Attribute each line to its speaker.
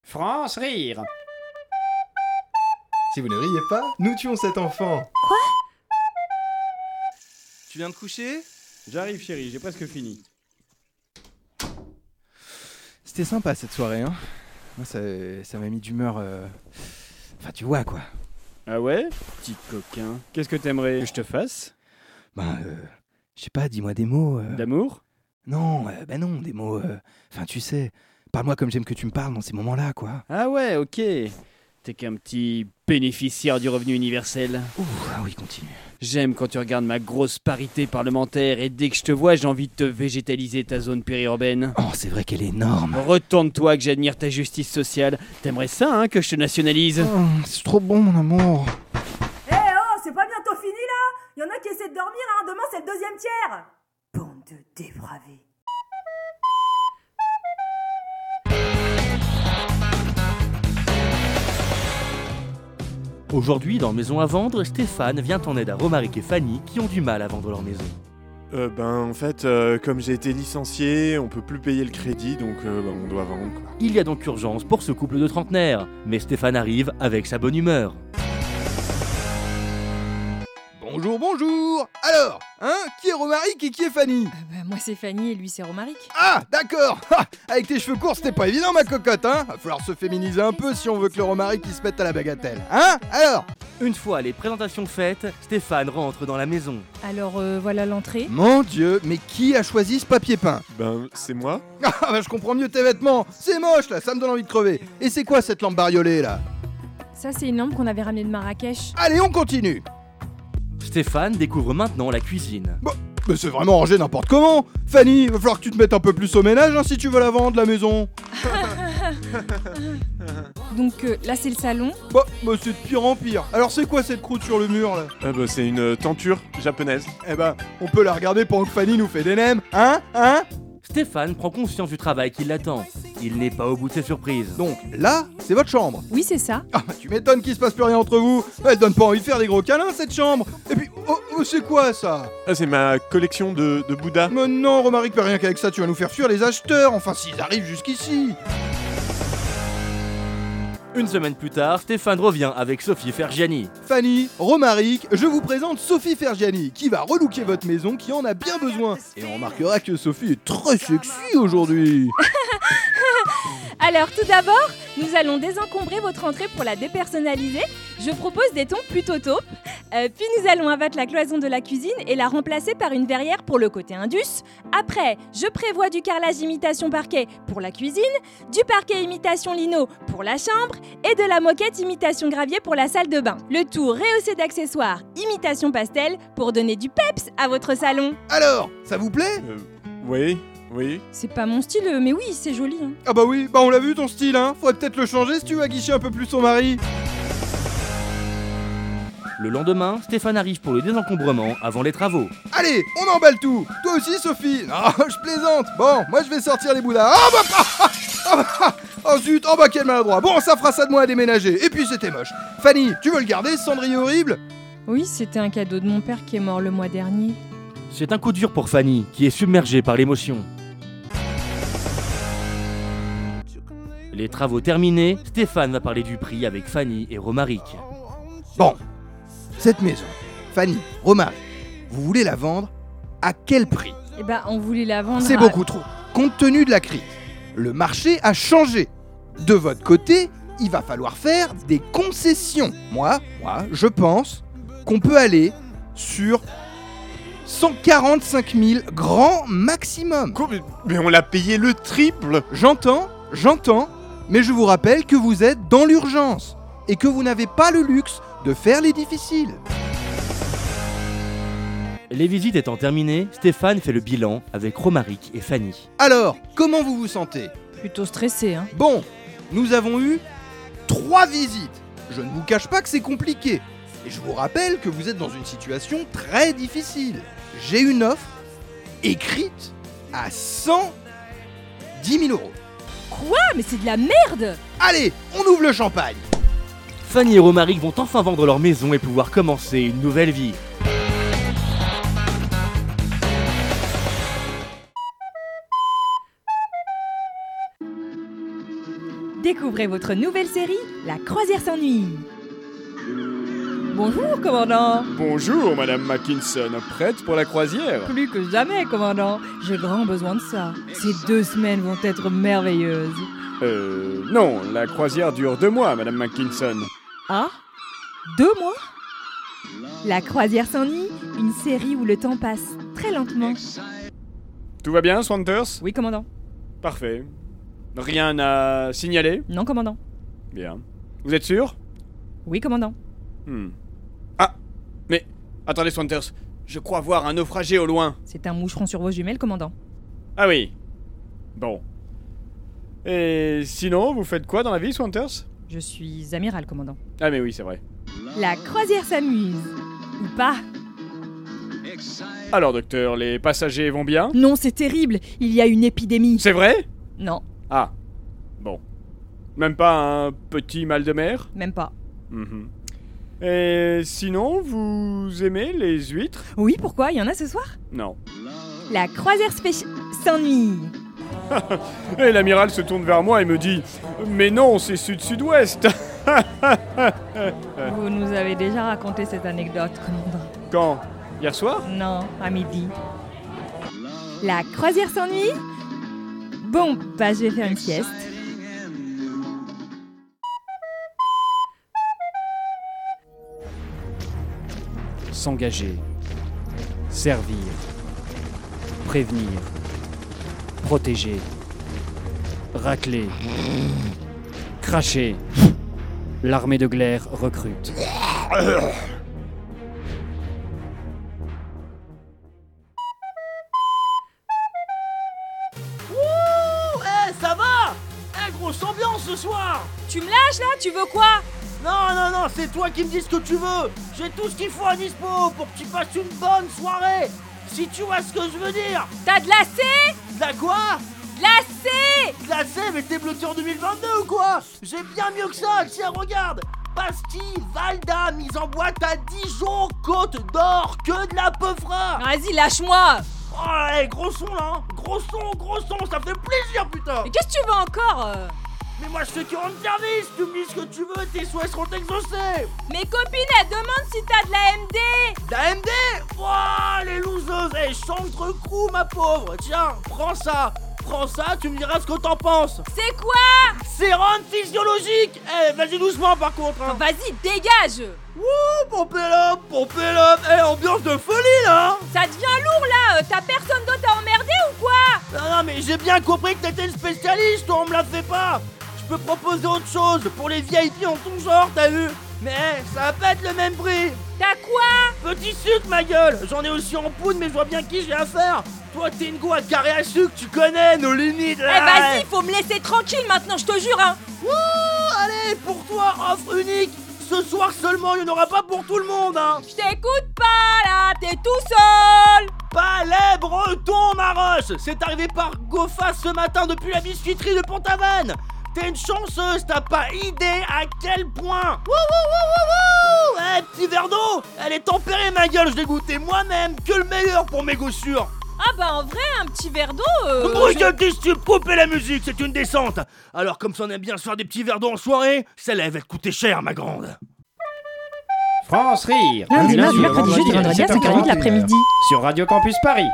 Speaker 1: France rire.
Speaker 2: Si vous ne riez pas, nous tuons cet enfant
Speaker 3: Tu viens de coucher
Speaker 1: J'arrive chérie, j'ai presque fini.
Speaker 3: C'était sympa cette soirée, hein. Moi, ça ça m'a mis d'humeur. euh, Enfin, tu vois quoi.
Speaker 1: Ah ouais Petit coquin. Qu'est-ce que t'aimerais que je te fasse
Speaker 3: Ben, euh, je sais pas, dis-moi des mots. euh.
Speaker 1: D'amour
Speaker 3: Non, euh, ben non, des mots. euh, Enfin, tu sais, parle-moi comme j'aime que tu me parles dans ces moments-là, quoi.
Speaker 1: Ah ouais, ok. T'es qu'un petit bénéficiaire du revenu universel.
Speaker 3: Ouh, ah oui, continue.
Speaker 1: J'aime quand tu regardes ma grosse parité parlementaire et dès que je te vois, j'ai envie de te végétaliser ta zone périurbaine.
Speaker 3: Oh, c'est vrai qu'elle est énorme.
Speaker 1: Retourne-toi que j'admire ta justice sociale. T'aimerais ça, hein, que je te nationalise
Speaker 3: Oh, c'est trop bon, mon amour.
Speaker 4: Eh oh, c'est pas bientôt fini là Il y en a qui essaient de dormir, hein Demain c'est le deuxième tiers Bande de dépravés
Speaker 5: Aujourd'hui, dans Maison à vendre, Stéphane vient en aide à Romaric et Fanny qui ont du mal à vendre leur maison.
Speaker 6: Euh, ben en fait, euh, comme j'ai été licencié, on peut plus payer le crédit, donc euh, ben, on doit vendre. quoi.
Speaker 5: Il y a donc urgence pour ce couple de trentenaires, mais Stéphane arrive avec sa bonne humeur.
Speaker 2: Bonjour, bonjour Alors, hein, qui est Romaric et qui est Fanny
Speaker 7: bah, moi c'est Fanny et lui c'est Romaric.
Speaker 2: Ah, d'accord Ha Avec tes cheveux courts, c'était pas évident, ma cocotte, hein Va falloir se féminiser un peu si on veut que le Romaric il se mette à la bagatelle, hein Alors
Speaker 5: Une fois les présentations faites, Stéphane rentre dans la maison.
Speaker 7: Alors euh, voilà l'entrée.
Speaker 2: Mon dieu, mais qui a choisi ce papier peint
Speaker 6: Ben c'est moi
Speaker 2: Ah, bah je comprends mieux tes vêtements C'est moche, là, ça me donne envie de crever Et c'est quoi cette lampe bariolée, là
Speaker 7: Ça c'est une lampe qu'on avait ramenée de Marrakech.
Speaker 2: Allez, on continue
Speaker 5: Stéphane découvre maintenant la cuisine.
Speaker 2: Mais c'est vraiment rangé n'importe comment Fanny, va falloir que tu te mettes un peu plus au ménage, hein, si tu veux la vendre, la maison
Speaker 7: Donc euh, là c'est le salon.
Speaker 2: Bah, bah c'est de pire en pire Alors c'est quoi cette croûte sur le mur, là
Speaker 6: Ah, ben, C'est une euh, tenture japonaise.
Speaker 2: Eh ben, on peut la regarder pendant que Fanny nous fait des nems, hein Hein
Speaker 5: Stéphane prend conscience du travail qui l'attend. Il n'est pas au bout de ses surprises.
Speaker 2: Donc là, c'est votre chambre.
Speaker 7: Oui c'est ça.
Speaker 2: Ah bah tu m'étonnes qu'il se passe plus rien entre vous. Elle donne pas envie de faire des gros câlins cette chambre. Et puis, oh, oh, c'est quoi ça
Speaker 6: Ah, c'est ma collection de, de Bouddha.
Speaker 2: Mais non, Romaric, pas rien qu'avec ça, tu vas nous faire fuir les acheteurs. Enfin, s'ils arrivent jusqu'ici.
Speaker 5: Une semaine plus tard, Stéphane revient avec Sophie Fergiani.
Speaker 2: Fanny, Romaric, je vous présente Sophie Fergiani, qui va relooker votre maison, qui en a bien besoin. Et on remarquera que Sophie est très sexy aujourd'hui.
Speaker 7: Alors tout d'abord, nous allons désencombrer votre entrée pour la dépersonnaliser. Je propose des tons plutôt taupes. Euh, puis nous allons abattre la cloison de la cuisine et la remplacer par une verrière pour le côté indus. Après, je prévois du carrelage imitation parquet pour la cuisine, du parquet imitation lino pour la chambre et de la moquette imitation gravier pour la salle de bain. Le tout rehaussé d'accessoires imitation pastel pour donner du peps à votre salon.
Speaker 2: Alors, ça vous plaît
Speaker 6: Euh, oui, oui.
Speaker 7: C'est pas mon style, mais oui, c'est joli. hein.
Speaker 2: Ah bah oui, bah on l'a vu ton style, hein. Faudrait peut-être le changer si tu veux aguicher un peu plus son mari.
Speaker 5: Le lendemain, Stéphane arrive pour le désencombrement avant les travaux.
Speaker 2: Allez, on emballe tout Toi aussi, Sophie Non, je plaisante Bon, moi, je vais sortir les bouddhas. Ah bah, ah, ah, ah, ah, Oh zut Oh bah, quel maladroit Bon, ça fera ça de moi à déménager. Et puis, c'était moche. Fanny, tu veux le garder, ce cendrier horrible
Speaker 7: Oui, c'était un cadeau de mon père qui est mort le mois dernier.
Speaker 5: C'est un coup dur pour Fanny, qui est submergée par l'émotion. Les travaux terminés, Stéphane va parler du prix avec Fanny et Romaric.
Speaker 2: Bon, cette maison, Fanny, Romaric, vous voulez la vendre À quel prix
Speaker 7: Eh ben, on voulait la vendre.
Speaker 2: C'est
Speaker 7: à-
Speaker 2: beaucoup trop. Compte tenu de la crise, le marché a changé. De votre côté, il va falloir faire des concessions. Moi, moi, je pense qu'on peut aller sur 145 000 grand maximum.
Speaker 6: Quoi, mais, mais on l'a payé le triple
Speaker 2: J'entends, j'entends, mais je vous rappelle que vous êtes dans l'urgence et que vous n'avez pas le luxe de faire les difficiles.
Speaker 5: Les visites étant terminées, Stéphane fait le bilan avec Romaric et Fanny.
Speaker 2: Alors, comment vous vous sentez
Speaker 7: Plutôt stressé, hein.
Speaker 2: Bon, nous avons eu trois visites. Je ne vous cache pas que c'est compliqué. Et je vous rappelle que vous êtes dans une situation très difficile. J'ai une offre écrite à 110 000 euros.
Speaker 7: Ah, mais c'est de la merde
Speaker 2: Allez, on ouvre le champagne.
Speaker 5: Fanny et Romaric vont enfin vendre leur maison et pouvoir commencer une nouvelle vie.
Speaker 7: Découvrez votre nouvelle série, La croisière s'ennuie. Bonjour, commandant.
Speaker 6: Bonjour, Madame Mackinson, prête pour la croisière
Speaker 7: Plus que jamais, commandant. J'ai grand besoin de ça. Ces deux semaines vont être merveilleuses.
Speaker 6: Euh, non, la croisière dure deux mois, Madame Mackinson.
Speaker 7: Ah Deux mois La croisière s'ennuie, une série où le temps passe très lentement.
Speaker 6: Tout va bien, Swanters
Speaker 7: Oui, commandant.
Speaker 6: Parfait. Rien à signaler
Speaker 7: Non, commandant.
Speaker 6: Bien. Vous êtes sûr
Speaker 7: Oui, commandant.
Speaker 6: Hmm. Ah Mais, attendez, Swanters, je crois voir un naufragé au loin.
Speaker 7: C'est un moucheron sur vos jumelles, commandant.
Speaker 6: Ah oui. Bon. Et sinon, vous faites quoi dans la vie, Swanters
Speaker 7: Je suis amiral, commandant.
Speaker 6: Ah mais oui, c'est vrai.
Speaker 7: La croisière s'amuse. Ou pas
Speaker 6: Alors, docteur, les passagers vont bien
Speaker 7: Non, c'est terrible. Il y a une épidémie.
Speaker 6: C'est vrai
Speaker 7: Non,
Speaker 6: Ah. Bon. Même pas un petit mal de mer
Speaker 7: même pas.
Speaker 6: Mhm. Et sinon, vous aimez les huîtres
Speaker 7: Oui, pourquoi Il y en a ce soir
Speaker 6: Non.
Speaker 7: La croisière spéciale s'ennuie.
Speaker 6: Et l'amiral se tourne vers moi et me dit Mais non, c'est sud-sud-ouest
Speaker 7: Vous nous avez déjà raconté cette anecdote, commandant.
Speaker 6: Quand Hier soir
Speaker 7: Non, à midi. La croisière s'ennuie Bon, bah je vais faire une sieste.
Speaker 1: S'engager. Servir. Prévenir. Protéger. Racler. Cracher. L'armée de glaire recrute.
Speaker 5: Eh, ça va Eh, grosse ambiance ce soir
Speaker 7: Tu me lâches là Tu veux quoi
Speaker 5: Non, non, non, c'est toi qui me dis ce que tu veux J'ai tout ce qu'il faut à dispo pour que tu passes une bonne soirée Si tu vois ce que je veux dire
Speaker 7: T'as glacé
Speaker 5: De la quoi
Speaker 7: Glacé
Speaker 5: Glacé Mais t'es bloqué en 2022 ou quoi J'ai bien mieux que ça Tiens, regarde Pastille, Valda, mise en boîte à Dijon, Côte d'Or, que de la peufra
Speaker 7: Vas-y, lâche-moi
Speaker 5: Oh, eh, gros son là hein. Gros son, gros son, ça fait plaisir putain
Speaker 7: Mais qu'est-ce que tu veux encore euh
Speaker 5: Mais moi je suis qui rendent service Tu me dis ce que tu veux, tes souhaits seront exaucés
Speaker 7: Mes copines, elles demandent si t'as de la MD
Speaker 5: La MD Ouah, les loseuses Eh, chantre crew, ma pauvre Tiens, prends ça Prends ça, tu me diras ce que t'en penses
Speaker 7: C'est quoi
Speaker 5: Sérum physiologique Eh, vas-y doucement par contre hein.
Speaker 7: Vas-y, dégage
Speaker 5: Wouh, pompez l'homme, pompez l'homme Eh, ambiance de folie, là hein.
Speaker 7: Ça devient lourd là euh, T'as personne d'autre à emmerder ou quoi
Speaker 5: Non, non, mais j'ai bien compris que t'étais le spécialiste, toi, on me la fait pas Je peux proposer autre chose, pour les VIP en ton genre, t'as vu Mais eh, ça va pas être le même prix
Speaker 7: T'as quoi
Speaker 5: Petit sucre, ma gueule J'en ai aussi en poudre, mais je vois bien qui j'ai affaire Toi, t'es une go à carré à sucre, tu connais nos limites
Speaker 7: Eh
Speaker 5: là
Speaker 7: vas-y, faut me laisser tranquille maintenant, je te jure hein
Speaker 5: Wouh Allez, pour toi, offre unique Ce soir seulement, il n'y en aura pas pour tout le monde, hein
Speaker 7: Je t'écoute pas là, t'es tout seul
Speaker 5: Palais breton, Maroche C'est arrivé par Gofa ce matin depuis la biscuiterie de Pont-Aven T'es une chanceuse, t'as pas idée à quel point Wouh, wouh, wouh, wouh, wouh Eh, petit verre d'eau Elle est tempérée, ma gueule, je l'ai goûté moi-même Que le meilleur pour mes gossures
Speaker 7: Ah bah en vrai, un petit verre d'eau euh,
Speaker 5: Brouille
Speaker 7: je-
Speaker 5: de tu coupez la musique, c'est une descente Alors comme ça on aime bien se faire des petits verres d'eau en soirée, celle-là elle va te coûter cher, ma grande
Speaker 1: France Rire
Speaker 3: Lundi, mardi, mercredi, jeudi,
Speaker 1: vendredi,
Speaker 3: vendredi, à
Speaker 1: 17h40, hein.
Speaker 3: cinq heures et demie de l'après-midi.
Speaker 1: Sur Radio Campus Paris